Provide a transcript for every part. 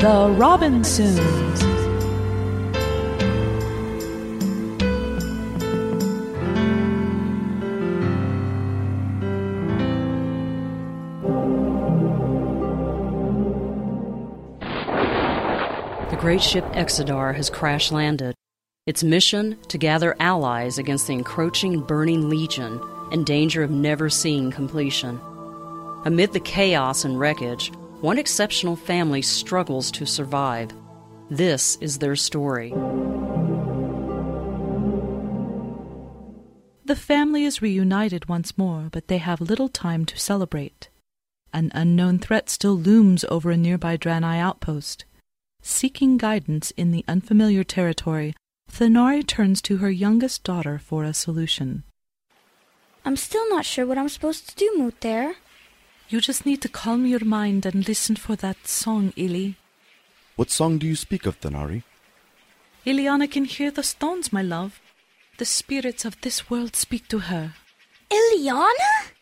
The Robinsons. The great ship Exodar has crash landed. Its mission to gather allies against the encroaching, burning legion in danger of never seeing completion. Amid the chaos and wreckage, one exceptional family struggles to survive. This is their story. The family is reunited once more, but they have little time to celebrate. An unknown threat still looms over a nearby Draenei outpost. Seeking guidance in the unfamiliar territory, Thanari turns to her youngest daughter for a solution. I'm still not sure what I'm supposed to do, Moot there. You just need to calm your mind and listen for that song, Illy. What song do you speak of, Thanari? Iliana can hear the stones, my love. The spirits of this world speak to her. Ileana?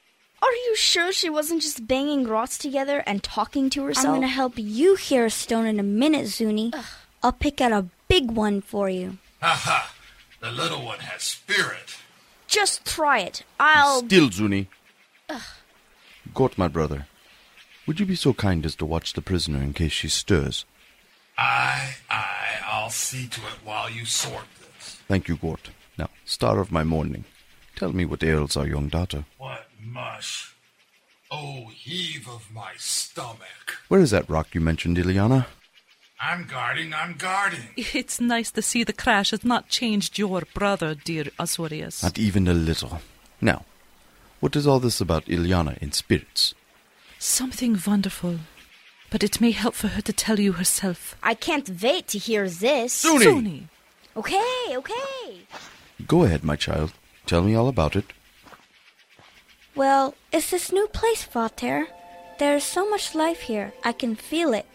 Are you sure she wasn't just banging rods together and talking to herself? I'm gonna help you hear a stone in a minute, Zuni. I'll pick out a big one for you. Aha! The little one has spirit. Just try it. I'll. Still, Zuni. Gort, my brother, would you be so kind as to watch the prisoner in case she stirs? I, I, I'll see to it while you sort this. Thank you, Gort. Now, star of my morning, tell me what ails our young daughter. What mush! Oh, heave of my stomach! Where is that rock you mentioned, Iliana? I'm guarding, I'm guarding. It's nice to see the crash has not changed your brother, dear Azorius. Not even a little. Now, what is all this about Iliana in spirits? Something wonderful. But it may help for her to tell you herself. I can't wait to hear this. Zuni! Sony, Okay, okay. Go ahead, my child. Tell me all about it. Well, it's this new place, Vater. There's so much life here. I can feel it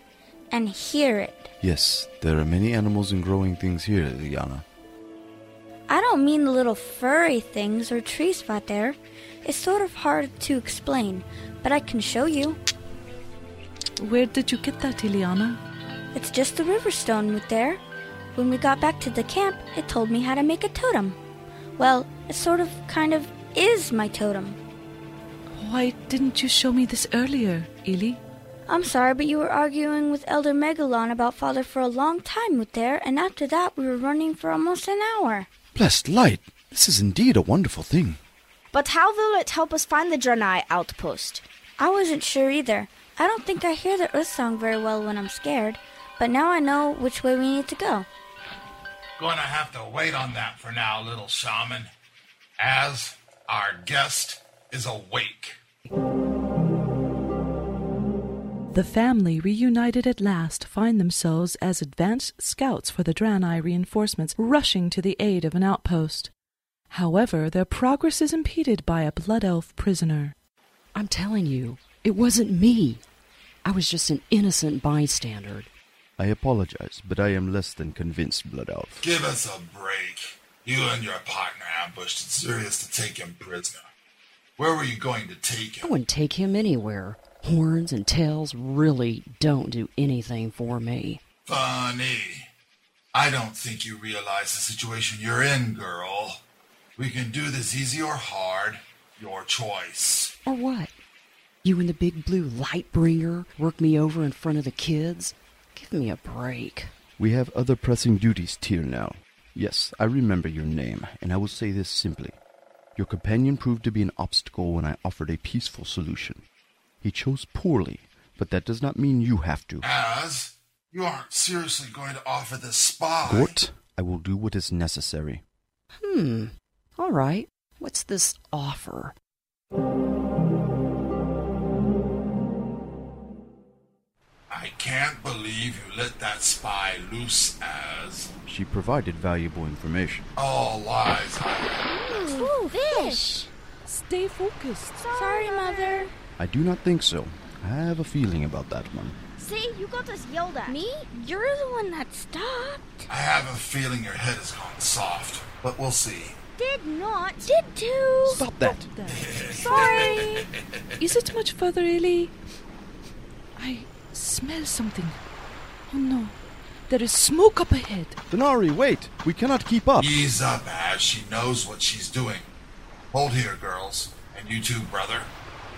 and hear it. Yes, there are many animals and growing things here, Iliana. I don't mean the little furry things or trees, Vater. It's sort of hard to explain, but I can show you. where did you get that, Iliana? It's just the river stone, Mutter. When we got back to the camp, it told me how to make a totem. Well, it sort of, kind of, is my totem. Why didn't you show me this earlier, Ili? I'm sorry, but you were arguing with Elder Megalon about Father for a long time, Mutter, and after that we were running for almost an hour. Blessed light! This is indeed a wonderful thing. But how will it help us find the Draenei outpost? I wasn't sure either. I don't think I hear the Earth song very well when I'm scared, but now I know which way we need to go. Gonna have to wait on that for now, little shaman, as our guest is awake. The family, reunited at last, find themselves as advanced scouts for the Draenei reinforcements rushing to the aid of an outpost. However, their progress is impeded by a blood elf prisoner. I'm telling you, it wasn't me. I was just an innocent bystander. I apologize, but I am less than convinced, Blood Elf. Give us a break. You and your partner ambushed Sirius to take him prisoner. Where were you going to take I him? wouldn't take him anywhere. Horns and tails really don't do anything for me. Funny. I don't think you realize the situation you're in, girl. We can do this easy or hard. Your choice. Or what? You and the big blue light bringer work me over in front of the kids? Give me a break. We have other pressing duties, Tyr, now. Yes, I remember your name, and I will say this simply. Your companion proved to be an obstacle when I offered a peaceful solution. He chose poorly, but that does not mean you have to. As you aren't seriously going to offer this spy. Gort, I will do what is necessary. Hmm. All right. What's this offer? I can't believe you let that spy loose as She provided valuable information. all lies. I Ooh, fish! Stay focused. Sorry, Mother. I do not think so. I have a feeling about that one. See, you got us yelled at. Me? You're the one that stopped. I have a feeling your head has gone soft, but we'll see. Did not. Did too. Stop that! Sorry. Is it much further, Ili? I smell something. Oh no, there is smoke up ahead. Denari, wait! We cannot keep up! Ease up, Ash. She knows what she's doing. Hold here, girls. And you too, brother.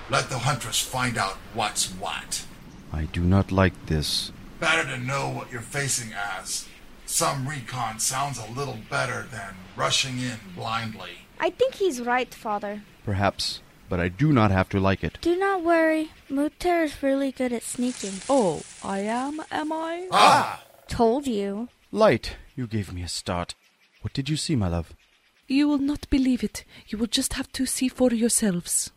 Let the huntress find out what's what. I do not like this. Better to know what you're facing as. Some recon sounds a little better than rushing in blindly. I think he's right, Father. Perhaps, but I do not have to like it. Do not worry. Mutar is really good at sneaking. Oh, I am, am I? Ah! Told you. Light, you gave me a start. What did you see, my love? You will not believe it. You will just have to see for yourselves.